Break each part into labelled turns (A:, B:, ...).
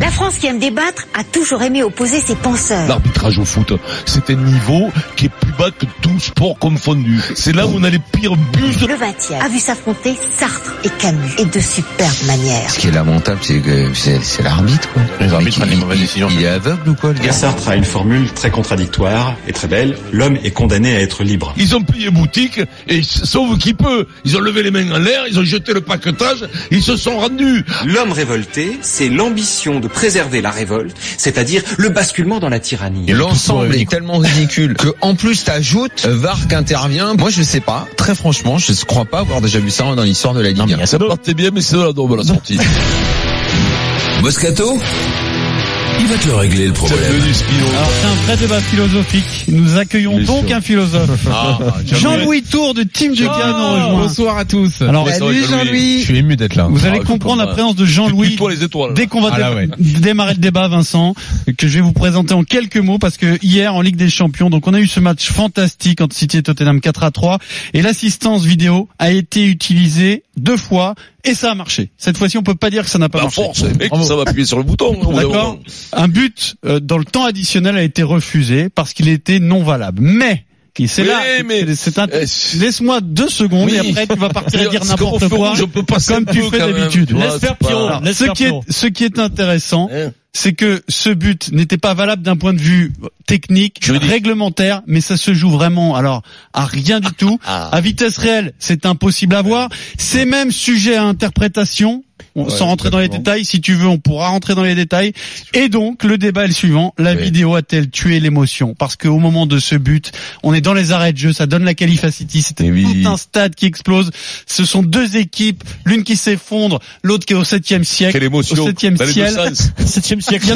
A: La France qui aime débattre a toujours aimé opposer ses penseurs.
B: L'arbitrage au foot, c'est un niveau qui est plus bas que tout sport confondu. C'est là où on a les pires buts.
A: Le 20e a vu s'affronter Sartre et Camus, et de superbes manières.
C: Ce qui est lamentable, c'est que c'est, c'est l'arbitre. Quoi.
D: Les
C: Le
D: arbitres
C: mec,
D: prennent les
C: il-
D: mauvaises
C: il-
D: décisions.
C: Il est aveugle ou quoi, le gars
E: Sartre a une formule très contradictoire et très belle. L'homme est condamné à être libre.
B: Ils ont plié boutique, et sauf qui peut. Ils ont levé les mains en l'air, ils ont jeté le paquetage, ils se sont rendus.
F: L'homme révolté, c'est l'ambition de préserver la révolte, c'est-à-dire le basculement dans la tyrannie.
C: L'ensemble est tellement ridicule que en plus t'ajoutes euh, VAR qui intervient. Moi je sais pas, très franchement, je ne crois pas avoir déjà vu ça dans l'histoire de la Ligue.
B: Ça partait bien, mais c'est dans la daube à la sortie.
G: Moscato Il va te le régler le
B: C'est
G: problème.
B: devenu Spino.
H: Alors c'est un vrai débat philosophique. Nous accueillons
B: Bien
H: donc
B: sûr. Ah, bah,
H: un philosophe. Jean-Louis Tour de Team Jeka nous rejoint.
I: Bonsoir à tous.
H: Alors,
I: Salut Jean-Louis. Je suis ému d'être là.
H: Vous
B: Ah,
H: allez
B: je
H: comprendre la
B: comprends.
H: présence de Jean-Louis
B: Tue-toi les étoiles.
H: Ah, dès qu'on va
I: Ah là,
H: dé-
I: ouais.
H: démarrer le débat, Vincent, que je vais vous présenter en quelques mots parce que hier en Ligue des Champions, donc on a eu ce match fantastique entre City et Tottenham 4 à 3 et l'assistance vidéo a été utilisée deux fois et ça a marché. Cette fois-ci, on peut pas dire que ça n'a pas
B: La
H: marché.
B: force, les mecs,
H: Bravo.
B: ça va appuyer sur le bouton. hein, au bout d'un
H: D'accord.
B: moment.
H: Un but euh, dans le temps additionnel a été refusé parce qu'il était non valable. Mais et c'est
B: Oui,
H: là,
B: mais-
H: c'est un.
B: Euh, c'est-
H: Laisse-moi deux secondes et
B: Oui.
H: après tu vas partir et dire
B: C'est comme au
H: n'importe
B: feu
H: quoi.
B: rouge, on peut passer
H: comme
B: un
H: tu
B: peu
H: fais
B: quand même,
H: d'habitude.
B: tu vois,
H: Laisse
B: c'est
H: faire
B: pas-
H: Pierrot,
B: Alors,
H: ce, qui est, ce qui est intéressant,
B: Hein.
H: c'est que ce but n'était pas valable d'un point de vue technique,
B: Juridique.
H: réglementaire, mais ça se joue vraiment alors à rien du tout.
B: Ah.
H: À vitesse réelle, c'est impossible à voir. C'est même sujet à interprétation. On,
I: Ouais,
H: sans rentrer dans les
I: exactement.
H: détails, si tu veux, on pourra rentrer dans les détails. Et donc, le débat est le suivant. La
C: Oui.
H: vidéo a-t-elle tué l'émotion Parce qu'au moment de ce but, on est dans les arrêts de jeu, ça donne la qualif à City. C'était
C: Eh oui.
H: tout un stade qui explose. Ce sont deux équipes, l'une qui s'effondre, l'autre qui est au septième siècle.
B: Quelle émotion.
H: Au septième
B: Dans les deux
H: ciel.
B: sens.
H: Septième siècle.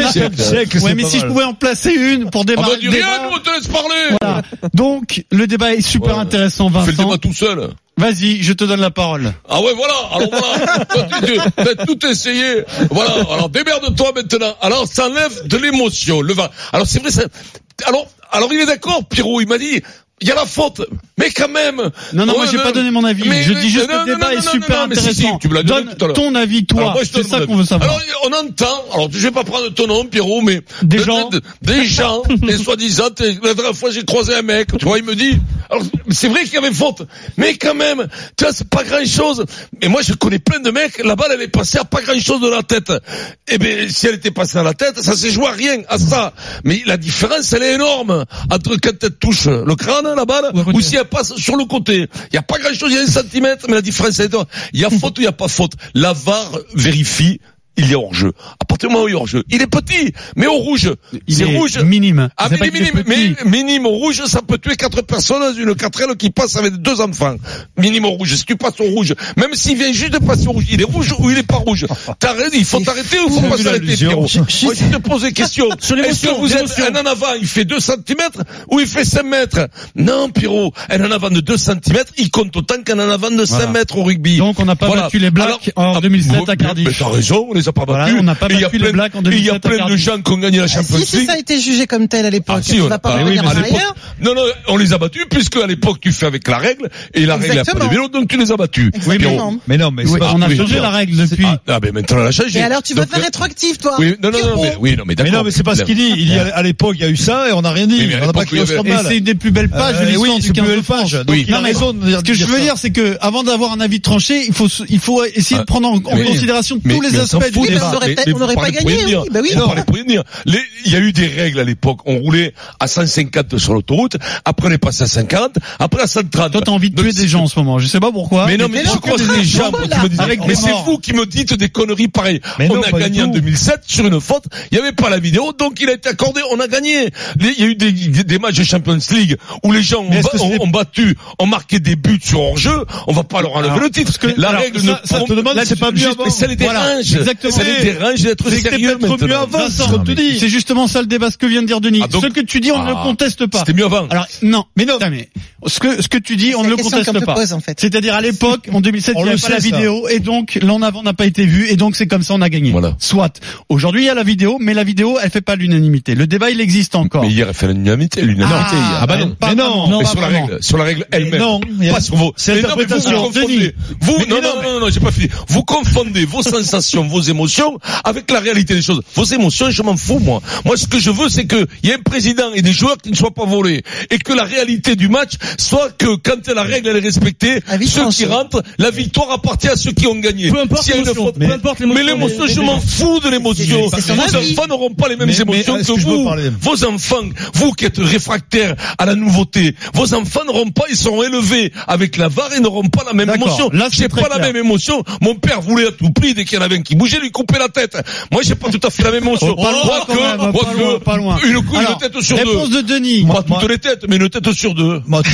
H: Ouais, mais si je pouvais en placer une pour
B: Ah
H: démarrer
B: bah, dis
H: le
B: rien,
H: débat.
B: nous, on te laisse parler.
H: Voilà. Donc, le débat est super
B: Ouais.
H: intéressant,
B: Fais le
H: Vincent.
B: débat tout seul.
H: Vas-y, je te donne la parole.
B: Ah ouais, voilà. Alors voilà. Toi, tu- tu- T'as tout essayé. Voilà. Alors démerde-toi maintenant. Alors ça enlève de l'émotion. Le vin. Alors c'est vrai. Ça... Alors, alors il est d'accord, Pierrot. Il m'a dit. Il y a la faute, mais quand même.
H: Non, non,
B: Ouais,
H: moi j'ai pas donné mon avis.
B: Oh, mais-
H: je
B: mais-
H: dis juste que
B: non,
H: le
B: non,
H: débat
B: non,
H: est
B: non,
H: super
B: non, mais si, si,
H: intéressant.
B: tu me l'as donné
H: donne
B: tout à l'heure.
H: ton avis, toi.
B: Alors, moi, je
H: C'est
B: donne mon
H: ça
B: avis.
H: qu'on veut savoir.
B: Alors, on entend, alors je vais pas prendre ton nom, Pierrot, mais...
H: Des gens.
B: des gens, des soi-disant, t'es- la dernière fois j'ai croisé un mec, tu vois, il me dit... Alors, c'est vrai qu'il y avait faute, mais quand même, tu vois, c'est pas grand-chose. Et moi, je connais plein de mecs, la balle, elle est passée à pas grand-chose de la tête. Eh ben, si elle était passée à la tête, ça s'est joué à rien, à ça. Mais la différence, elle est énorme, entre quand elle touche le crâne, la balle,
H: à côté.
B: ou si elle passe sur le côté. Il y a pas grand-chose, il y a un centimètre, mais la différence, elle est énorme. Il y a faute ou il y a pas faute. La VAR vérifie il est hors jeu. À partir du moment où il est hors jeu, il est petit, mais au rouge,
H: Il
B: c'est
H: est
B: rouge.
H: minime.
B: Ah,
H: C'est
B: mais
H: pas
B: il est
H: qu'il est
B: minime,
H: petit.
B: mais minime au rouge, ça peut tuer quatre personnes dans une quatrelle qui passe avec deux enfants. Minime au rouge. Si tu passes au rouge, même s'il vient juste de passer au rouge, il est rouge ou il est pas rouge. T'arrêtes, il faut t'arrêter ou faut pas s'arrêter, Pierrot. Moi, je te pose des questions. Est-ce que vous êtes un en avant, il fait 2 cm ou il fait 5 mètres? Non, Pierrot. Un en avant de 2 cm, il compte autant qu'un en avant de 5
H: Voilà.
B: mètres au rugby.
H: Donc, on n'a pas
B: Voilà.
H: battu les Blacks
B: Alors,
H: en
B: ah,
H: 2007 à
B: mais-
H: Cardiff.
B: Mais t'as raison, on les a pas
H: Voilà,
B: battus.
H: on n'a pas
B: Et il y a
H: battu les
B: plein-
H: Blacks en
B: et Il y
H: 2007 à
B: a plein de
H: Cardiff.
B: gens qui ont gagné la
J: Ah,
B: Champions
J: si, si
B: League.
J: ça a été jugé comme tel à l'époque,
B: Ah, si,
J: tu
B: on-
J: vas
B: ah,
J: pas
B: oui,
J: revenir
B: mais
J: en
B: à l'époque-
J: arrière.
B: Non, non, on les a battus puisque à l'époque tu fais avec la règle et la règle a pas
J: Exactement.
B: de vélo, donc tu les as battus.
J: Exactement.
B: Pierrot.
I: Mais non, mais
H: Oui,
I: c'est pas-
H: on a
B: Ah, oui,
H: changé
B: oui.
H: la règle depuis.
B: Ah, ah, mais maintenant elle a changé.
J: Et alors, tu veux
B: Donc,
J: faire
B: euh,
J: rétroactif, toi
B: Oui, non, non, non, mais, oui, non, mais
I: Mais
B: d'accord.
I: non, mais c'est pas ce qu'il dit. Il y a, à l'époque, il y a eu ça et on n'a rien dit.
B: Oui, mais à
I: on n'a pas
B: l'époque,
I: crié au
B: il y avait-
H: Et
I: scandale.
H: c'est une des plus belles pages
I: Euh,
H: de l'histoire
I: oui,
H: du
I: c'est plus
H: 15 de
I: belle
H: France.
I: page. Donc,
B: Oui.
I: il a
H: Non, mais
I: raison de dire
H: Ce que je
I: dire
H: veux
I: ça.
H: dire, c'est que avant d'avoir un avis tranché, il faut se- il faut essayer de prendre en, en
B: Oui.
H: considération
B: Ah. Mais-
H: tous les
B: mais on s'en
H: aspects du
B: fout
J: Oui,
B: des
J: mais
H: débat.
J: on
B: barres.
J: aurait pas-
B: Mais
J: on aurait
B: vous
J: pas
B: parlez pour
J: gagné,
B: rien dire.
J: oui, bah oui.
B: Vous
J: Non.
B: parlez pour rien dire. Les- Il y a eu des règles à l'époque. On roulait à 150 sur l'autoroute, après on est passé à 50, après à 130.
H: Toi, t'as envie de
B: Donc,
H: tuer des gens en ce moment. Je sais pas
I: Ah,
H: pourquoi.
B: Bah, Mais non, mais,
J: mais non,
B: je
J: au
B: crois que
J: contraire,
B: les gens
J: voilà.
B: qui me disent,
H: Avec
B: mais
H: des
B: c'est
H: morts.
B: vous qui me dites des conneries pareilles.
I: Mais
B: on
I: non,
B: a
I: pas du
B: gagné en
I: tout.
B: 2007 sur une faute, il n'y avait pas la vidéo, donc il a été accordé, on a gagné. Les- Il y a eu des, des- des matchs de Champions League où les gens ont,
I: Mais est-ce
B: ba-
I: que
B: ont-
I: c'est-
B: ont battu, ont marqué des buts sur hors-jeu, on va pas leur enlever
H: Alors,
B: le titre.
I: que-
B: la
I: alors,
B: règle
I: ça-
B: ne
I: ça te
B: prend-
I: demande,
B: la-
I: c'est pas mieux
B: juste-
I: avant.
B: Mais ça les
I: Voilà,
B: dérange.
H: exactement.
B: Ça les dérange d'être
I: C'était
B: sérieux
I: peut-être mieux
B: maintenant.
I: avant, c'est ce
H: Vincent,
I: qu'on te dit.
H: c'est justement ça le débat, ce que vient de dire Denis.
B: Ah, donc-
H: ce que tu dis, on ne le
B: Ah,
H: conteste pas.
B: C'était mieux avant.
H: Alors non, mais non, mais ce que ce que tu dis, on
J: C'est
H: ne
J: la
H: le
J: question qu'on
H: conteste
J: te
H: pas.
J: pose, en fait.
H: C'est-à-dire à l'époque, en 2007,
I: On
H: il n'y
I: le
H: avait pas la
I: sait, ça.
H: vidéo et donc l'en avant n'a pas été vu et donc c'est comme ça on a gagné.
B: Voilà.
H: Soit. Aujourd'hui, il y a la vidéo, mais la vidéo, elle fait pas l'unanimité. Le débat, il existe encore.
B: Mais hier, elle fait l'unanimité, l'unanimité. hier.
I: Ah bah non.
H: pas
I: Mais
H: vraiment.
I: non.
B: Mais
H: pas
B: sur la
H: vraiment.
B: règle, sur la règle
I: Mais
B: elle-même.
I: non, il y a-
B: Pas sur vos.
I: c'est
B: Mais non, mais vous, vous
I: l'interprétation.
B: confondez.
I: Denis.
B: Vous,
I: Mais-
B: non,
I: mais
B: non,
I: non,
B: non, non, j'ai pas fini. Vous confondez vos sensations, vos émotions avec la réalité des choses. Vos émotions, je m'en fous, moi. Moi, ce que je veux, c'est qu'il y ait un président et des joueurs qui ne soient pas volés. Et que la réalité du match soit que quand la règle elle est respectée,
D: La
B: ceux
D: victoire,
B: qui
D: c'est-
B: rentrent, la victoire appartient à ceux qui ont gagné.
J: Peu importe
B: S'il y a une
J: l'émotion,
B: faute-
J: peu importe l'émotion
B: Mais l'émotion,
J: des-
B: je
J: des
B: m'en
J: gens.
B: fous de l'émotion.
D: C'est- c'est son
B: Vos
D: avis.
B: enfants n'auront pas les mêmes
I: Mais- mais
B: émotions
I: est-ce
B: que
I: que je peux
B: vous.
I: parler
B: Vos enfants, vous qui êtes réfractaires à la nouveauté, vos enfants n'auront pas, ils seront élevés avec la VAR et n'auront pas la même
H: D'accord.
B: émotion.
H: Là, c'est
B: J'ai
H: très
B: pas la
H: clair.
B: même émotion. Mon père voulait à tout prix, dès qu'il y en avait un qui bougeait, lui couper la tête. Moi, j'ai pas tout à fait la même émotion.
H: Oh, pas loin,
B: Quoique-
H: quand même, pas
B: quoique,
H: loin, pas loin.
B: Une, cou- une
H: Alors,
B: tête sur deux.
H: Réponse de Denis.
B: Pas toutes les têtes, mais une tête sur deux.
I: Moi, t-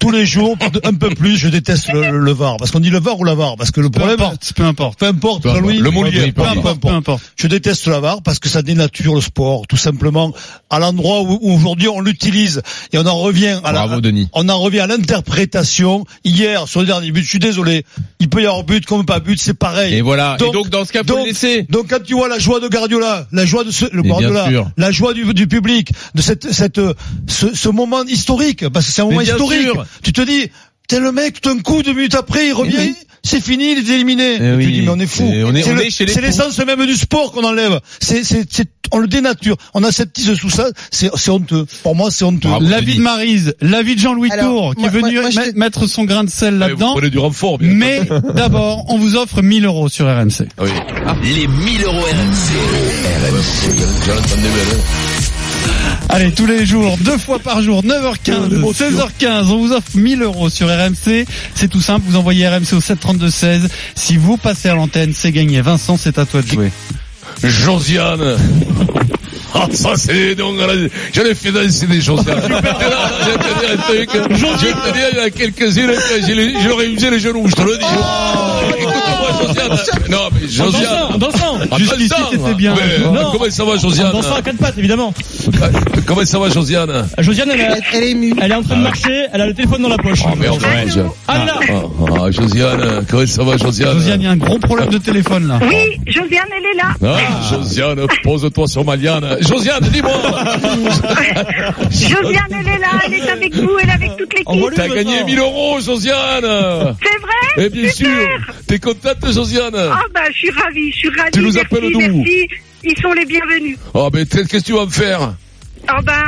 I: tous les jours, de- un peu plus, je déteste le, le VAR. Parce qu'on dit le VAR ou la VAR. Parce que le
H: Peu
I: problème,
H: importe, peu importe.
I: peu importe, Jean-Louis,
B: Le Molière,
I: peu importe, peu
H: Peu
I: importe.
H: importe.
I: Je déteste la VAR parce que ça dénature le sport, tout simplement. À l'endroit où, où aujourd'hui on l'utilise et on en revient à la,
C: Bravo, Denis.
I: on en revient à l'interprétation. Hier, sur le dernier but, je suis désolé. Il peut y avoir but comme pas but, c'est pareil.
C: Et voilà.
I: Donc-
C: et donc dans ce cas, faut
I: donc-
C: le laisser.
I: Donc quand tu vois la joie de Guardiola, la joie de ce, le
C: Mais bien
I: Guardiola,
C: sûr.
I: la joie du, du public, de cette, cette, euh, ce, ce moment historique, parce que c'est un moment
C: Mais bien
I: historique.
C: sûr. Eh
I: Tu te dis, t'es le mec, tout d'un coup, deux minutes après, il revient,
C: oui.
I: c'est fini, il est
C: Eh
I: éliminé. Et tu
C: oui.
I: dis, mais on est fou.
C: Et on est-
I: C'est
C: on
I: le-
C: est chez les
I: c'est
C: fous.
I: l'essence même du sport qu'on enlève. C'est, c'est, c'est, on le dénature. On aseptise sous ça. C'est, c'est honteux. Pour moi, c'est honteux.
C: Bravo.
H: L'avis
C: Denis.
H: de Marise, l'avis de Jean-Louis
D: Alors,
H: Tour, qui est
D: moi-
H: venu
D: moi- moi, je
H: met-
D: te-
H: mettre son grain de sel là-dedans.
B: Vous prenez du renfort, bien.
H: Mais d'abord, on vous offre 1000 euros sur RMC.
G: Les 1000 euros RMC.
H: Allez, tous les jours, deux fois par jour, 9h15,
J: Oh,
H: 16h15, on vous offre 1000 euros sur RMC. C'est tout simple, vous envoyez RMC au 732-16. Si vous passez à l'antenne, c'est gagné. Vincent, c'est à toi de jouer.
B: Josiane. Ah, ça, c'est donc, la- j'en ai fait danser des Josiane. Je vais te dire un truc. Je vais te dire, il y en a quelques-unes, que j'ai les- je leur ai usé les genoux, je te le dis.
H: Oh.
B: Écoute-moi, Josiane. Non, mais
J: dansant, en
B: Josiane.
J: dansant.
B: Ah,
H: Jusqu'ici,
B: dansant.
H: c'était bien.
B: Mais,
J: Non.
B: Comment ça va,
J: En
B: Josiane hein. Euh,
J: dansant à quatre pattes, évidemment. Euh,
B: Comment ça va, Josiane
J: Josiane, elle, a-
D: Elle, elle est émue.
J: elle est en train
B: Ah.
J: de marcher, elle a le téléphone dans la poche.
B: Oh merde, Josiane.
J: Ah, elle est là.
B: Ah, ah, Josiane, comment ça va, Josiane
H: Josiane, il y a un gros problème de téléphone là.
K: Oui, Josiane, elle est là.
B: Ah, Josiane, pose-toi sur ma liane. Josiane, dis-moi,
K: Josiane, elle est là. Elle est avec vous, elle est avec toute
J: Envoie
K: l'équipe.
J: lui
B: t'as gagné 1000 euros, Josiane
K: C'est vrai
B: Eh bien sûr, t'es contente, Josiane
K: Ah bah, je suis ravie, je suis ravie.
B: Tu nous
K: merci,
B: appelles d'où
K: merci. Ils sont les bienvenus.
B: Oh, mais qu'est-ce que tu vas me faire
K: Ah bah,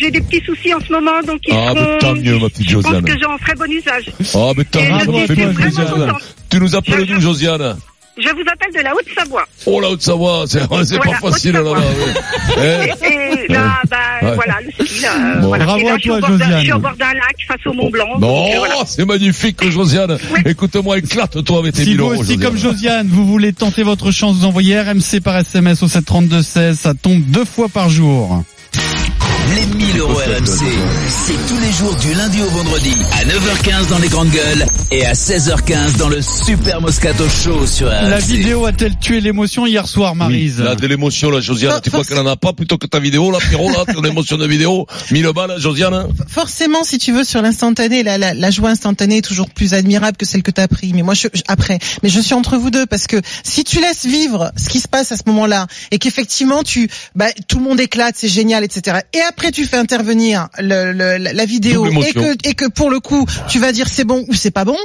K: j'ai des petits soucis en ce moment, donc ils
B: Ah, mais
K: seront-
B: tant mieux, ma petite
K: Je pense
B: Josiane.
K: que j'en ferai bon usage.
B: Oh, mais tant
K: Et
B: mieux,
K: je
B: ça m'a
K: suis
B: fait
K: vraiment
B: plaisir, Josiane.
K: contente.
B: Tu nous appelles d'où, Josiane
K: Je vous appelle de la Haute-Savoie.
B: Oh, la Haute-Savoie, c'est c'est pas
K: Voilà,
B: facile, là-bas.
K: Haute-Savoie.
B: oui. Eh.
K: Et, et là, bah,
B: Ouais.
K: voilà, le ski, là. euh,
B: Bon.
K: voilà.
H: Bravo
K: et là,
H: à
K: je suis
H: toi,
K: au bord d'un-
H: Josiane.
K: Je suis au bord d'un lac face au Mont Blanc.
B: Eh.
K: donc, euh, voilà.
B: Non, c'est magnifique, Josiane. Écoute-moi, éclate-toi avec tes
H: Si
B: 1000
H: vous
B: euros,
H: aussi, comme
B: Josiane.
H: Josiane, vous voulez tenter votre chance, vous envoyez RMC par SMS au 732-16. Ça tombe deux fois par jour.
G: Les 1000 euros RMC. C'est tous les jours du lundi au vendredi à 9h15 dans les grandes gueules et à 16h15 dans le super Moscato Show sur
L: Ah,
G: RMC.
H: La vidéo a-t-elle tué l'émotion hier soir, Marise
B: Là, de l'émotion, là, Josiane, tu crois qu'elle en a pas plutôt que ta vidéo, là, Pierrot, là, ton émotion de vidéo, 1000 balles, Josiane.
D: Forcément, si tu veux, sur l'instantané, la, la, la joie instantanée est toujours plus admirable que celle que t'as pris. Mais moi, je, je- après, mais je suis entre vous deux parce que si tu laisses vivre ce qui se passe à ce moment-là et qu'effectivement tu, bah, tout le monde éclate, c'est génial, etc. Et après, tu fais intervenir le, le- la, la vidéo
B: Double
D: et
B: émotion.
D: que et que pour le coup, tu vas dire c'est bon ou c'est pas bon.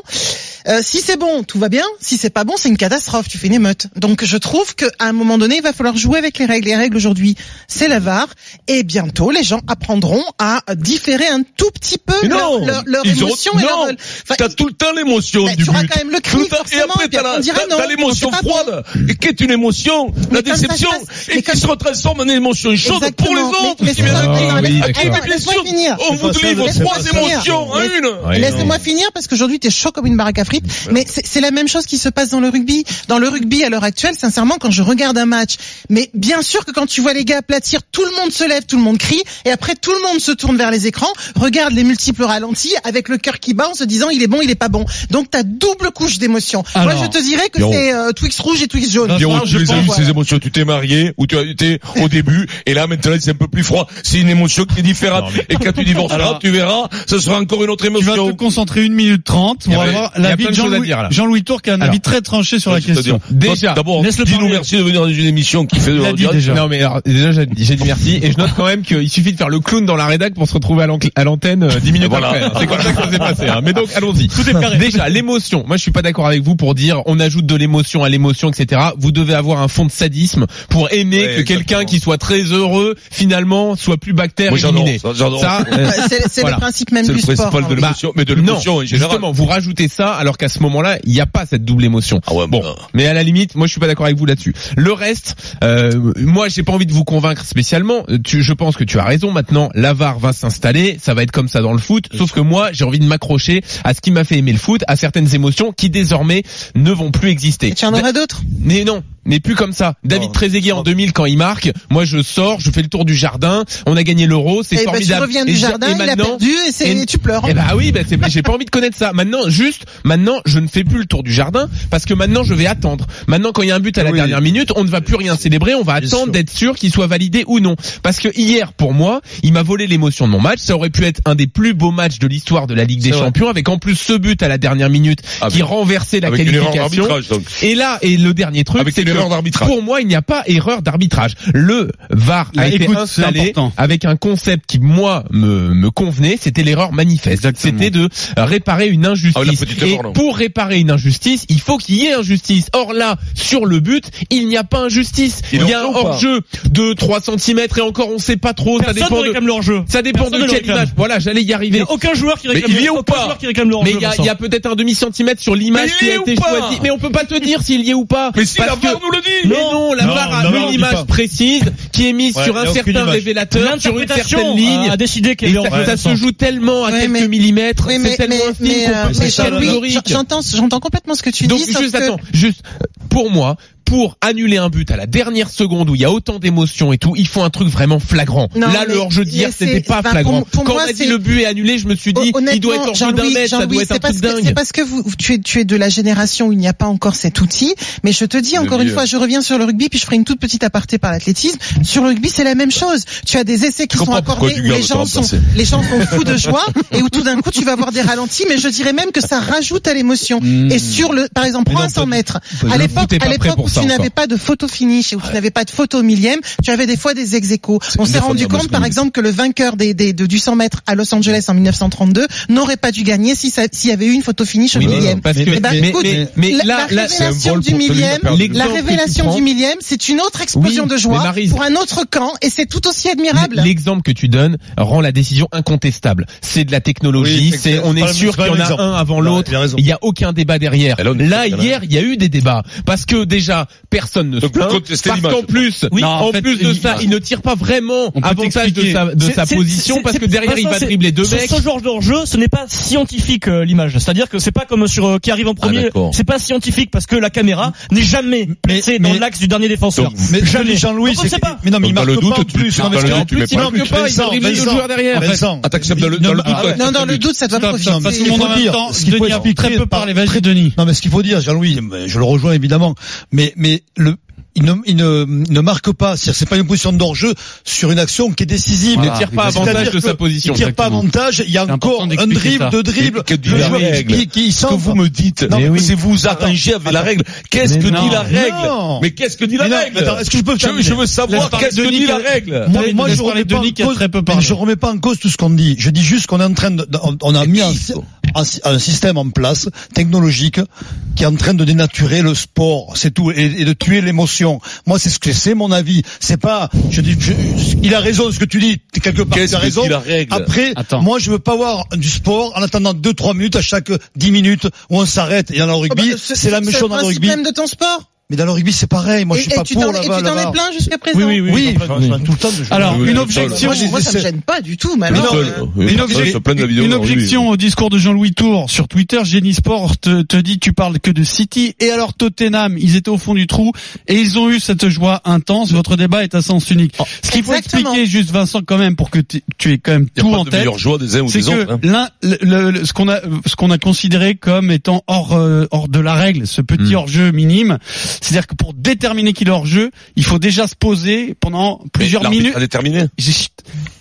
D: Euh, si c'est bon, tout va bien. Si c'est pas bon, c'est une catastrophe. Tu fais une émeute. Donc, je trouve qu'à un moment donné, il va falloir jouer avec les règles. Les règles aujourd'hui, c'est la VAR. Et bientôt, les gens apprendront à différer un tout petit peu
B: Mais
D: leur,
B: non,
D: leur- leur
B: ils auront-
D: émotion
B: non,
D: et leur... Enfin,
B: T'as tout le temps l'émotion
D: Bah,
B: du
D: tu auras
B: but.
D: quand même le
B: Tout
D: cri,
B: le temps. Et
D: forcément,
B: après,
D: et puis
B: t'as la-
D: on dira
B: t'as-
D: non,
B: t'as l'émotion
D: c'est pas
B: froide, et qui est une émotion, la
D: Mais comme ça se
B: déception,
D: passe,
B: et
D: mais
B: qui
D: comme-
B: se retransforme en une émotion chaude pour les
D: Exactement.
B: autres.
D: Mais- mais
B: qui
D: c'est
B: viennent
D: ça,
B: avec
D: non,
B: nous.
D: mais-
B: Et
D: d'accord.
B: puis, bien
D: Laisse-moi
B: sûr,
D: finir.
B: on
D: C'est
B: vous
D: pas ça,
B: livre
D: mais
B: trois
D: c'est pas ça.
B: émotions à
D: Mais-
B: une.
D: Et Laissez-moi finir parce qu'aujourd'hui t'es chaud comme une baraque à frites. Mais c'est c'est la même chose qui se passe dans le rugby. Dans le rugby à l'heure actuelle, sincèrement, quand je regarde un match, mais bien sûr que quand tu vois les gars aplatir, tout le monde se lève, tout le monde crie, et après tout le monde se tourne vers les écrans, regarde les multiples ralentis avec le cœur qui bat en se disant il est bon, il est pas bon. Donc t'as double couche d'émotion. Moi
H: Alors,
D: je te dirais que
B: Pierrot.
D: c'est euh, Twix rouge et Twix jaune.
B: Pierrot,
D: Moi,
B: tu
D: je
B: les as
D: pense,
B: eues,
D: voilà.
B: ces émotions. Tu t'es marié ou tu as été au début et là maintenant c'est un peu plus froid. C'est une émotion qui est différente. Et quand tu divorceras,
H: Alors-
B: tu verras, ce sera encore une autre
H: Tu vas te
B: émotion.
H: concentrer une minute trente. On
B: Il y
H: va
B: avait-
H: voir la
B: il y a
H: rapide.
L: choses à
H: Jean-Louis
L: dire, là.
H: Jean-Louis Tour qui a un avis
L: Alors,
H: très tranché sur la
L: je te
H: question.
L: dis, Déjà,
B: D'abord,
L: laisse-le
B: dis-nous
L: parler.
B: merci de venir dans une émission qui fait de
L: Il a dit
B: l'audience.
L: déjà. Non mais alors, déjà j'ai dit, j'ai dit merci et je note quand même qu'il suffit de faire le clown dans la rédac pour se retrouver à l'an- à l'antenne euh, 10 minutes
B: Voilà.
L: après. hein. C'est comme ça que ça s'est passé. hein. Mais donc allons-y.
B: Tout est carré.
L: Déjà l'émotion. Moi je suis pas d'accord avec vous pour dire on ajoute de l'émotion à l'émotion etc. Vous devez avoir un fond de sadisme pour aimer
B: Ouais,
L: que quelqu'un qui soit très heureux finalement soit plus bactère
B: Moi, j'adore
L: éliminé.
B: ça, j'adore.
L: euh,
D: C'est- c'est le principe même
L: C'est
D: du
L: le
D: sport,
L: principal
D: hein.
L: de l'émotion,
B: Bah,
L: mais de l'émotion
B: non,
L: en général.
B: justement,
L: vous rajoutez ça alors qu'à ce moment-là, il n'y a pas cette double émotion. bon, mais à la limite, moi je suis pas d'accord avec vous là-dessus. Le reste, euh, moi j'ai pas envie de vous convaincre spécialement. Euh, Tu, je pense que tu as raison. Maintenant, l'avare va s'installer, ça va être comme ça dans le foot. Sauf que moi, j'ai envie de m'accrocher à ce qui m'a fait aimer le foot, à certaines émotions qui désormais ne vont plus exister.
D: tu en aurais d'autres
L: Mais non. Mais plus comme ça. David Trezeguet en 2000 quand il marque, moi je sors, je fais le tour du jardin, on a gagné l'euro, c'est
D: Eh ben, tu
L: formidable.
D: reviens du
L: Et j'ai-
D: jardin,
L: et
D: il a
L: maintenant-
D: perdu et c'est- et tu pleures.
L: Eh ben ah oui, ben c'est- j'ai pas envie de connaître ça. Maintenant, juste, maintenant, je ne fais plus le tour du jardin parce que maintenant, je vais attendre. Maintenant, quand il y a un but à la dernière minute, on ne va plus rien célébrer. On va attendre d'être sûr qu'il soit validé ou non. Parce que hier, pour moi, il m'a volé l'émotion de mon match. Ça aurait pu être un des plus beaux matchs de l'histoire de la Ligue des
B: C'est vrai.
L: Champions, avec en plus ce but à la dernière minute
H: Ah,
L: qui renversait la
B: avec une erreur
L: qualification.
B: d'arbitrage, donc.
L: Et là, et le dernier truc,
B: Avec
L: c'est
B: une
L: que
B: erreur d'arbitrage.
L: pour moi, il n'y a pas erreur d'arbitrage. Le VAR a
H: Là,
L: été
H: écoute, c'est
L: installé
H: important.
L: avec un concept qui moi me, me convenait, c'était l'erreur manifeste. C'était de réparer une injustice.
B: Ah, la petite
L: Et
B: erreur, non.
L: pour réparer une injustice, il faut qu'il y ait injustice. Or là, sur le but, il n'y a pas injustice.
B: Il
L: Il y a un
B: en faut pas.
L: hors-jeu de 3 cm et encore on sait pas trop,
J: Personne
L: ça dépend
J: ne réclame
L: de
J: leur jeu.
L: Ça dépend
J: Personne
L: de
J: ne
L: quelle
J: le réclame.
L: image. Voilà, j'allais y arriver.
J: Il y a aucun joueur qui réclame
L: Mais il y est
J: leur-
L: ou
J: aucun
L: pas
J: joueur qui réclame leur
L: Mais
J: jeu,
L: il y a,
J: Vincent.
L: il y a peut-être un demi centimètre sur
J: Mais
L: l'image
J: il
L: qui
J: y
L: a
J: est ou
L: été
J: pas
L: choisie. Mais on peut pas te dire s'il y est ou pas.
B: Mais si,
L: Parce
B: la
L: que-
B: VAR nous le dit.
L: Mais non, la
B: Non,
L: VAR
B: la
L: a
B: VAR
L: une
B: dit pas.
L: image précise qui est mise
B: Ouais,
L: sur
B: il y a
L: un
B: aucune
L: certain
B: image.
L: révélateur, sur une certaine
H: hein,
J: L'interprétation
L: ligne.
J: a décidé qu'il y
L: Et
J: avait
L: ça-
J: hors-jeu,
L: ça
J: Vincent.
L: se joue tellement à
D: Ouais,
L: quelques
D: mais-
L: millimètres.
D: Oui,
L: C'est
D: mais,
L: tellement
D: mais, mais,
L: infime
D: euh,
L: qu'on peut-
D: mais
L: c'est
D: Jean-Louis,
L: catégorique.
D: j'entends, j'entends complètement ce que tu
L: Donc
D: dis. sauf
L: juste
D: que-
L: attends, juste euh, pour moi, pour annuler un but à la dernière seconde où il y a autant d'émotions et tout, il faut un truc vraiment flagrant.
D: Non,
L: Là
D: mais-
L: le hors-jeu d'hier
D: mais c'est-
L: c'était pas
D: enfin,
L: flagrant.
D: pour- pour
L: Quand
D: moi,
L: on a dit
D: c'est-
L: le but est annulé, je me suis dit il doit être
D: oh, Honnêtement,
L: hors-jeu d'un
D: Jean-Louis,
L: mètre, ça
D: Jean-Louis,
L: doit être
D: c'est
L: un
D: parce
L: truc
D: que- C'est
L: dingue.
D: parce que vous, tu es, tu es de la génération où il n'y a pas encore cet outil. Mais je te dis encore une
B: vieux.
D: fois, je reviens sur le rugby, puis je ferai une toute petite aparté par l'athlétisme. Sur le rugby, c'est la même chose. Tu as des essais qui
B: Je
D: sont
B: comprends pourquoi
D: accordés,
B: tu
D: où
B: gardes
D: les
B: le
D: gens
B: temps
D: sont,
B: passé.
D: les gens sont fous de joie, et où tout d'un coup, tu vas avoir des ralentis, mais je dirais même que ça rajoute à l'émotion.
B: Hmm.
D: Et sur le, par exemple, prends un 100 mètres. À
L: le
D: l'époque,
L: foot est
D: à
L: pas prêt
D: l'époque
L: pour
D: où
L: ça
D: tu n'avais
L: encore.
D: pas de photo finish et où tu n'avais pas de photo millième, tu avais des fois des ex aequo. On s'est rendu compte, par exemple, que le vainqueur des, des, de- du 100 mètres à Los Angeles en 1932 n'aurait pas dû gagner si ça- s'il y avait eu une photo finish au
L: Oui, mais
D: millième.
L: non, parce que-
D: Eh ben,
L: mais- mais-
D: écoute,
L: mais- mais
D: la-
L: là-
D: la
L: là, c'est un
D: révélation
L: vol
D: du
L: pour celui qui a
D: millième,
L: perdu.
D: la
L: L'exemple que tu
D: révélation
L: prends-
D: du millième, c'est une autre explosion
L: Oui,
D: de
L: mais
D: joie
L: Maryse-
D: pour un autre camp et c'est tout aussi admirable.
L: L'exemple que tu donnes rend la décision incontestable. C'est de la technologie,
I: Oui, c'est-
L: c'est on
I: c'est
L: est
I: pas-
L: sûr
I: c'est pas
L: qu'il
I: un
L: y en a
I: exemple.
L: un avant
I: Non,
L: l'autre.
I: il a raison.
L: Il y a aucun débat derrière.
B: là, on est
L: Là
B: sûr qu'il y en a
L: hier, il y a eu des débats parce que déjà personne ne se
B: Donc, vous
L: plaint.
B: contestez
L: Parce
B: l'image.
L: qu'en plus,
J: Oui.
L: en,
J: Non, en fait,
L: plus de
J: il-
L: ça, il ne tire pas vraiment
H: On peut
L: avantage de
H: t'expliquer.
L: sa, de
J: C'est-
L: sa
J: c'est-
L: position
J: c'est-
L: parce
J: c'est-
L: que derrière il va
J: c'est-
L: dribbler deux
J: sur
L: mecs.
J: Ce genre de jeu, ce n'est pas scientifique euh, l'image. C'est-à-dire que c'est pas comme sur euh, qui arrive
B: Ah,
J: en premier.
L: d'accord.
J: c'est pas scientifique parce que la caméra n'est jamais placée dans
I: mais-
J: l'axe du dernier défenseur.
B: Donc,
I: Mais
J: jamais.
I: Jean-Louis,
J: Donc, on ne
I: c'est
J: sait pas.
I: mais non, mais il
B: Donc, dans
I: marque
B: le doute,
I: pas en
B: tu-
I: plus.
B: dans
I: Non, mais
B: le
I: c'est-
B: doute,
I: en
B: hein, tu
I: plus,
B: mets
I: il
B: pas.
I: marque
L: Vincent,
I: pas, il
L: Vincent,
I: dribble le
L: Vincent,
I: joueur derrière.
L: Vincent.
B: Attention, dans le, dans le doute,
I: Ah ouais.
B: toi,
D: Non, dans le doute, ça doit
H: Stop, stop,
D: profiter.
H: parce qu'on en même temps,
I: ce qu'il faut
H: Denis applique
I: dire,
H: très peu
I: très-
H: parler. Vas-y,
I: très-
H: Denis.
I: Non, mais ce qu'il faut dire, Jean-Louis, je le rejoins évidemment, mais mais le il ne, il ne, ne marque pas, c'est-à-dire c'est pas une position d'hors-jeu sur une action qui est décisive.
L: Il ne tire pas
I: C'est-à-dire
L: avantage de
I: que
L: sa position,
I: Il tire pas
L: exactement.
I: avantage, il y a encore
H: important
I: un
H: d'expliquer
I: dribble,
H: ça.
I: deux dribbles,
B: Que dit
I: le
B: la
I: joueur qui-
B: règle.
I: qui, qui
B: Ce que
I: s'en
B: vous me dites,
I: Non, mais oui.
B: c'est vous arrangez avec la règle. Qu'est-ce que
H: Mais non.
B: dit la règle
I: Non.
B: Mais qu'est-ce que dit la
I: Mais non,
B: règle
I: attends, est-ce que je peux
B: je,
I: terminer
B: je veux savoir
H: Laisse parler
B: qu'est-ce que
H: Denis
B: dit
H: qui
B: la
H: a-
B: règle.
I: Moi,
H: Laisse
I: moi, je
H: parler
I: remets pas en
H: Denis qui a
I: cause-
H: très peu parlé.
I: mais je remets pas en cause tout ce qu'on dit. Je dis juste qu'on est en train de, on- on a mis un, un- un système en place technologique qui est en train de dénaturer le sport, c'est tout, et, et de tuer l'émotion. Moi, c'est ce que c'est mon avis. C'est pas, je dis, je- il a raison ce que tu dis. Quelque part,
B: Qu'est-ce
I: il a
B: que
I: raison.
B: dit la règle
I: Après,
H: Attends.
I: moi, je veux pas voir du sport en attendant deux trois minutes à chaque 10 minutes où on s'arrête. Et dans le
D: Oh, bah,
I: rugby, Ah c'est la même chose dans le
D: principe
I: rugby.
D: même de ton sport.
I: Mais dans le rugby, c'est pareil. Moi, je
D: Et,
I: suis
D: et
I: pas
D: tu
I: pour
D: t'en
I: la
D: et tu
I: balle,
D: t'en
I: la
D: es
I: barre.
D: plein jusqu'à présent.
H: Oui, oui, oui.
I: Oui,
H: j'en
I: je
H: prends-
I: prends tout le temps de jouer.
H: Alors,
B: Oui,
H: une
B: oui,
H: objection.
D: Moi, je- moi, ça me gêne pas du tout, mais
I: Mais
D: alors,
I: non,
D: euh,
B: Oui,
H: Une,
B: personne
H: obje-
B: se plaint de la vidéo
H: une
B: aujourd'hui.
H: objection au discours de Jean-Louis Tour sur Twitter. Jenny Sport te, te dit tu parles que de City et alors Tottenham. Ils étaient au fond du trou et ils ont eu cette joie intense. Votre débat est à sens unique. Ce qu'il faut
D: Exactement.
H: expliquer juste Vincent quand même pour que t'aies- tu aies quand même
B: Il n'y
H: tout
B: a
H: en
B: pas de
H: tête.
B: meilleure joie des uns ou
H: C'est
B: des autres. hein.
H: que l'un, le- le- le- ce qu'on a, ce qu'on a considéré comme étant hors euh, hors de la règle, ce petit
B: Hmm.
L: Mm.
H: hors jeu minime, c'est-à-dire que pour déterminer qu'il est hors jeu, il faut déjà se poser pendant
B: Mais
H: plusieurs
B: l'arbitre
H: minutes.
B: a déterminé.
H: J'ai-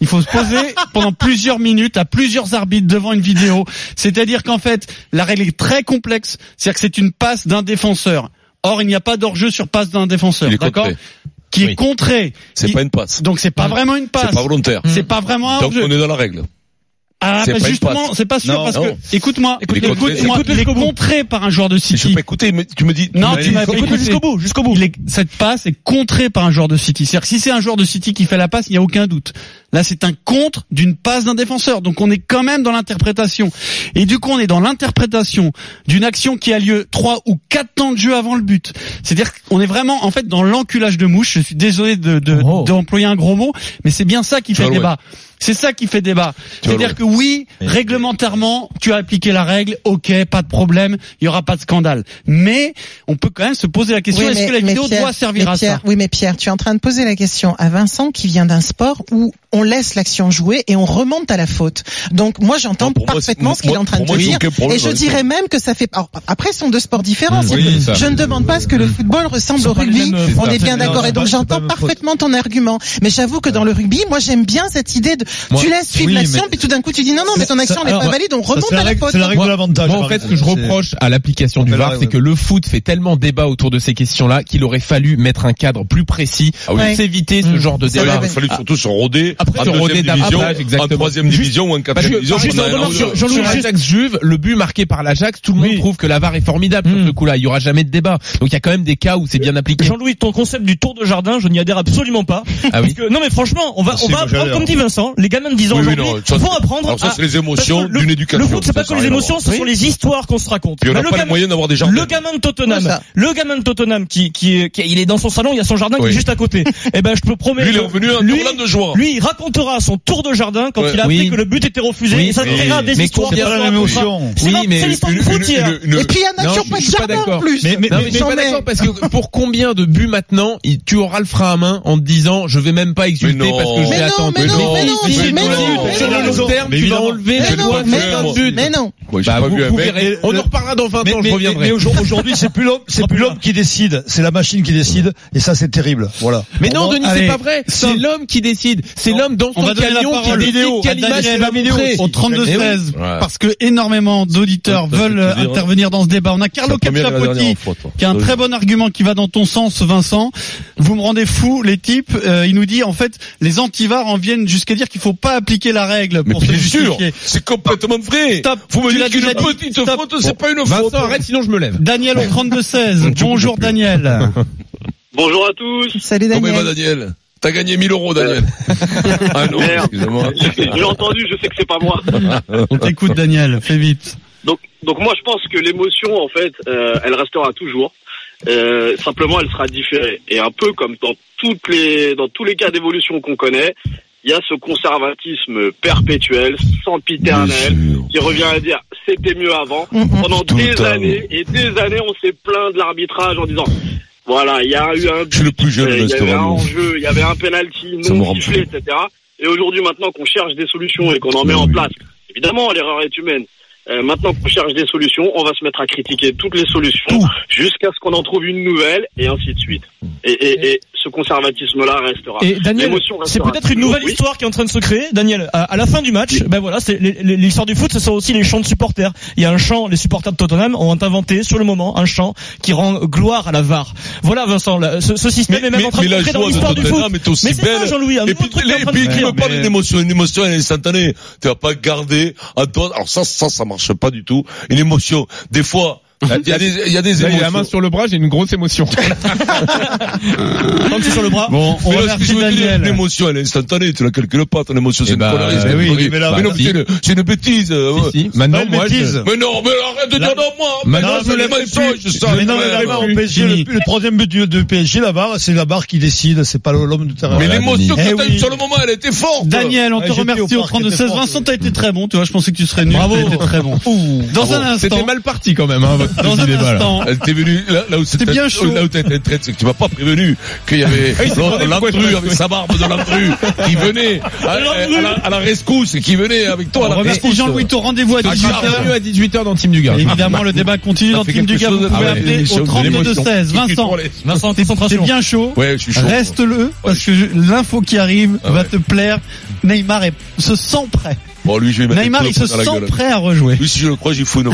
H: Il faut se poser pendant plusieurs minutes à plusieurs arbitres devant une vidéo. C'est-à-dire qu'en fait, la règle est très complexe. C'est-à-dire que c'est une passe d'un défenseur. Or, il n'y a pas d'hors-jeu sur passe d'un défenseur.
B: Il est
H: D'accord
B: contré.
H: Qui
B: Oui.
H: est contré.
B: C'est
H: Il-
B: pas une passe.
H: Donc, c'est pas vraiment une passe.
B: C'est pas volontaire.
H: C'est pas vraiment un
B: Donc
H: hors-jeu.
B: on est dans la règle.
H: Ah,
B: C'est
H: bah
B: pas une
H: justement,
B: passe.
H: c'est pas sûr
B: Non,
H: parce
B: non.
H: que écoute-moi,
B: Il est contré.
H: écoute-moi, écoute-moi,
B: Écoute-le
H: il est
B: jusqu'au bout.
H: contré par un joueur de City.
B: Je peux pas écouter, mais tu me dis. tu me
H: Non, tu
B: dis-
H: m'as pas
B: Écoute-le
H: écouté.
B: jusqu'au bout.
J: jusqu'au bout.
H: cette passe est contrée par un joueur de City. C'est-à-dire que si c'est un joueur de City qui fait la passe, il n'y a aucun doute. Là, c'est un contre d'une passe d'un défenseur. Donc, on est quand même dans l'interprétation. Et du coup, on est dans l'interprétation d'une action qui a lieu trois ou quatre temps de jeu avant le but. C'est-à-dire qu'on est vraiment, en fait, dans l'enculage de mouche. Je suis désolé de, de-
B: Oh.
H: d'employer un gros mot, mais c'est bien ça qui
B: vas
H: fait
B: loin.
H: débat. C'est ça qui fait débat.
B: vas
H: C'est-à-dire
B: loin.
H: que oui, réglementairement, tu as appliqué la règle, ok, pas de problème, il y aura pas de scandale. Mais on peut quand même se poser la question
D: Oui,
H: est-ce
D: mais-
H: que la
D: mais
H: vidéo
D: Pierre-
H: doit servir
D: mais
H: à
D: Pierre-
H: ça
D: Oui, mais Pierre, tu es en train de poser la question à Vincent qui vient d'un sport où on laisse l'action jouer et on remonte à la faute. Donc moi, j'entends
B: moi, c'est-
D: parfaitement ce qu'il est en train de
B: pour
D: te
B: moi, il y a
D: dire,
B: aucun problème
D: et je
B: dans le
D: dirais
B: sport.
D: même que ça fait. alors, après, ce sont deux sports différents.
B: Mm,
D: c'est-
B: oui, ça.
D: je ne demande pas ce que le football ressemble au
I: pas les
D: rugby.
I: mêmes, euh,
D: On
I: c'est
D: est
I: pas-
D: bien d'accord,
I: c'est
D: et donc
I: pas- c'est pas
D: j'entends
I: la même faute.
D: parfaitement ton argument. Mais j'avoue que dans le rugby, moi, j'aime bien cette idée de
L: Moi-
D: tu laisses suivre
L: oui,
D: l'action,
L: mais-
D: puis tout d'un coup, tu dis non, non, mais ton
L: Ça-
D: action
L: ça-
D: n'est pas
L: alors,
D: valide, on
L: ça,
D: remonte
L: c'est
D: à la
L: règle-
D: faute.
L: c'est règle
D: Moi-
L: de l'avantage, Moi, en fait, ce que je reproche à l'application du
I: C'est la
L: VAR,
I: règle,
L: c'est que le foot fait tellement débat autour de ces questions-là qu'il aurait fallu mettre un cadre plus précis
B: Ah oui.
L: pour s'éviter ce genre de
B: Oui,
L: débat. Ah,
B: Il a fallu surtout se roder
L: Après,
B: en
L: se roder
B: deuxième
L: davantage,
B: division, en
L: exactement.
B: troisième division ou en
L: Parce
B: quatrième
L: que,
B: division.
L: juste
B: on en a
L: une
B: un
L: remarque
B: ou
L: sur,
B: deux.
L: sur Ajax-Juve, le but marqué par l'Ajax, tout le monde trouve que la VAR est formidable sur ce coup-là. Il y aura jamais de débat. Donc il y a quand même des cas où c'est bien appliqué.
J: Jean-Louis, ton concept du tour de jardin, je n'y adhère absolument pas.
L: Ah oui.
J: Parce que- non mais franchement, on va,
B: Ah, si,
J: on va
B: moi,
J: apprendre,
B: j'adhère.
J: comme dit Vincent, les gamins de 10 ans
B: Oui, oui,
J: aujourd'hui
B: non, ça,
J: vont
B: c'est-
J: apprendre.
B: alors ça,
J: à-
B: c'est les émotions
J: parce que le-
B: d'une éducation,
J: Le foot, c'est
B: ça,
J: pas
B: ça
J: que
B: a
J: les
B: rien à
J: émotions,
B: voir.
J: ce sont
B: Oui.
J: les histoires qu'on se raconte.
B: Puis on
J: Bah,
B: n'a
J: le
B: pas les
J: gamin-
B: moyens d'avoir des jardins.
J: Le gamin de Tottenham,
B: Ouais, ça.
J: le gamin de Tottenham qui, qui, est- qui est- il est dans son salon, il y a son jardin qui
B: Oui.
J: est juste à côté. Eh ben, je peux promettre.
B: Lui, il est revenu en
J: lui-
B: hurlant de joie.
J: Lui, il racontera son tour de jardin quand
B: Ouais.
J: il a appris
B: Oui.
J: que le but était refusé.
B: Oui,
J: et ça
B: mais-
J: créera des
B: mais
J: histoires.
B: combien
J: des
B: de
J: histoires.
B: l'émotion
J: C'est la- c'est l'histoire du foot hier.
D: Et puis, il y en a qui
L: Non,
D: ont
L: je-
D: pas de
L: je suis
D: jardin en
L: d'accord.
D: plus.
L: Mais, mais- mais
D: Non, mais
L: je suis
D: j'en
L: pas
D: ai.
L: d'accord parce que pour combien de buts maintenant il- tu auras le frein à main en te disant je vais même pas exulter
B: Mais non.
L: parce que je
B: Mais
L: vais
B: non,
L: attendre.
B: mais non, mais non,
L: si, si,
B: mais
L: si,
B: non,
L: si,
B: mais
L: sur
B: non.
L: le long terme
B: Mais
L: tu vas
B: évidemment.
L: enlever
B: Mais non, mais non, mais
D: non.
B: Moi, j'ai
L: Bah,
B: pas
L: vous-
B: vu un
L: vous
B: mec.
L: verrez. On en reparlera dans 20
I: Mais-
L: ans, je
I: mais-
L: reviendrai.
I: Mais aujourd'hui- aujourd'hui, c'est plus l'homme, c'est plus l'homme qui décide, c'est la machine qui décide, et ça, c'est terrible. Voilà.
L: Mais non, Denis, c'est
I: Allez.
L: pas vrai. C'est l'homme qui décide. C'est l'homme dans
H: On
L: son
H: va donner la
L: camion qui
H: parole
L: décide quelle image il va montrer.
H: au 32 16 parce que énormément d'auditeurs
L: Ça, ça,
H: veulent
L: ça, ça,
H: euh,
L: ça, ça,
H: intervenir dans ce débat. On a Carlo
L: C'est la première et la dernière
H: Capchapotti
L: fois, toi.
H: qui a un très bon argument qui va dans ton sens Vincent. Vous me rendez fou les types, Euh, il nous dit en fait les antivars en viennent jusqu'à dire qu'il faut pas appliquer la règle pour se
B: Bien sûr,
H: justifier.
B: c'est complètement vrai.
H: Stop.
B: Vous me
H: Tu l'as
B: dites qu'une
H: déjà dit.
B: petite
H: Stop.
B: faute, c'est pas une faute.
L: Vincent, arrête, sinon je me lève.
H: Daniel au 32 16. Bonjour Daniel.
M: Bonjour à tous.
D: Salut
B: Comment il va Daniel T'as gagné 1000 euros Daniel. ah non,
M: Merde.
B: excusez-moi.
M: J'ai entendu, je sais que c'est pas moi.
H: On t'écoute Daniel, fais vite.
M: Donc, donc moi, je pense que l'émotion, en fait, euh, elle restera toujours. Euh, simplement, elle sera différée. Et un peu comme dans toutes les, dans tous les cas d'évolution qu'on connaît, il y a ce conservatisme perpétuel, sempiternel, qui revient à dire c'était mieux avant. Pendant
B: Tout le
M: des
B: temps.
M: années et des années, on s'est plaint de l'arbitrage en disant voilà, il y a eu un
B: Je suis le plus jeune
M: Euh,
B: de
M: Il y
B: cette
M: avait un
B: radio.
M: enjeu, il y avait un penalty
B: Ça me rend
M: non sifflé, etc. Et aujourd'hui, maintenant qu'on cherche des solutions et qu'on en met en place, évidemment, l'erreur est humaine. Euh, maintenant qu'on cherche des solutions, on va se mettre à critiquer toutes les solutions jusqu'à ce qu'on en trouve une nouvelle et ainsi de suite. Et, et- et ce conservatisme-là restera.
J: Et Daniel,
M: L'émotion
J: c'est
M: restera
B: hein.
J: peut-être une
M: toujours,
J: nouvelle
M: oui.
J: histoire qui est en train de se créer. Daniel, à, à la fin du match, ben voilà, c'est les- les- l'histoire du foot, ce sont aussi les chants de supporters. Il y a un chant, les supporters de Tottenham ont inventé sur le moment un chant qui rend gloire à la VAR. Voilà, Vincent, là, ce, ce système
B: Mais,
J: est même
B: mais-
J: en train
B: mais
J: de
B: la
J: rentrer dans
B: joie de
J: l'histoire du foot.
B: Tottenham est aussi
J: mais c'est
B: belle.
J: ça, Jean-Louis, un
B: et
J: nouveau
B: puis,
J: truc qui
B: les-
J: est en train de
B: puis
J: se
B: qui
J: créer.
B: me parle d'une émotion, une émotion elle est instantanée. Tu vas pas garder à toi. Alors ça, ça, ça marche pas du tout. Une émotion, des fois, il y a des, il y a des
L: Là, il a
B: émotions.
L: la main sur le bras, j'ai une grosse émotion.
J: Quand tu es sur le bras.
H: Bon, on
B: Mais là,
H: remercie
B: ce que je veux dire,
H: Daniel.
B: L'émotion, elle est instantanée, tu la calcules pas, ton émotion, c'est
L: Eh
B: une
L: ben,
B: connerie, c'est
L: eh
B: une
L: oui,
B: connerie.
L: mais là,
B: Mais non,
L: bah,
B: c'est une- c'est une bêtise. euh, ouais.
L: si. Maintenant,
B: C'est pas une
L: moi, je-
B: bêtise. Mais non, mais arrête de dire non, moi.
L: Maintenant,
B: Maintenant,
L: je
B: je
L: lève
B: les mensonges, je sors.
I: Mais non,
B: Ouais,
I: mais la
B: ouais.
I: barre au PSG, le, le troisième but du, du PSG, la barre, c'est la barre qui décide, c'est pas l'homme du terrain.
B: Mais l'émotion que
I: Eh
B: t'as
I: oui.
B: eue sur le moment, elle était
L: Eh
B: forte.
H: Daniel, on
I: Ouais,
H: te
I: j'étais
H: remercie
I: au
H: au
I: parc,
H: 32 16.
I: j'étais fort,
B: Ah
H: Vincent, t'as été très bon, tu vois, je pensais que tu serais nul, t'as été très bon. Dans un instant.
L: C'était mal parti quand même, hein, votre
H: Dans un instant.
B: Euh, T'es venu là, là où
H: C'était
B: t'as-
H: bien chaud.
B: Là où t'as été traite, c'est que tu m'as pas prévenu qu'il y avait
H: Ah, il s'est
B: l'autre
H: demandé
B: l'intrus
H: pourquoi-
B: avec sa barbe de l'intrus qui venait à, à la, à la rescousse et qui venait avec toi à la rescousse.
H: Jean-Louis, ton rendez-vous à 18h.
L: à 18h dans Team Dugas.
H: Évidemment, le débat continue dans
L: Ah, Ça fait
H: Team
L: quelque
H: Dugas.
L: chose
H: Vous
L: de-
H: pouvez
L: Ah ouais,
H: appeler
L: l'émission,
H: au
L: de
H: 32
L: l'émotion.
H: 16 Vincent,
L: Vincent,
H: c'est-
L: concentration.
H: C'est bien chaud.
L: Ouais, je suis chaud.
H: Reste-le parce que je- l'info qui arrive
B: Ah
H: va te plaire. Neymar est- se sent prêt.
B: Bon, lui, je vais mettre
H: Neymar,
B: des
H: il se
B: clopes Bah, dans la
H: sent
B: gueule.
H: prêt à rejouer.
B: Lui, si je le crois, j'y fous une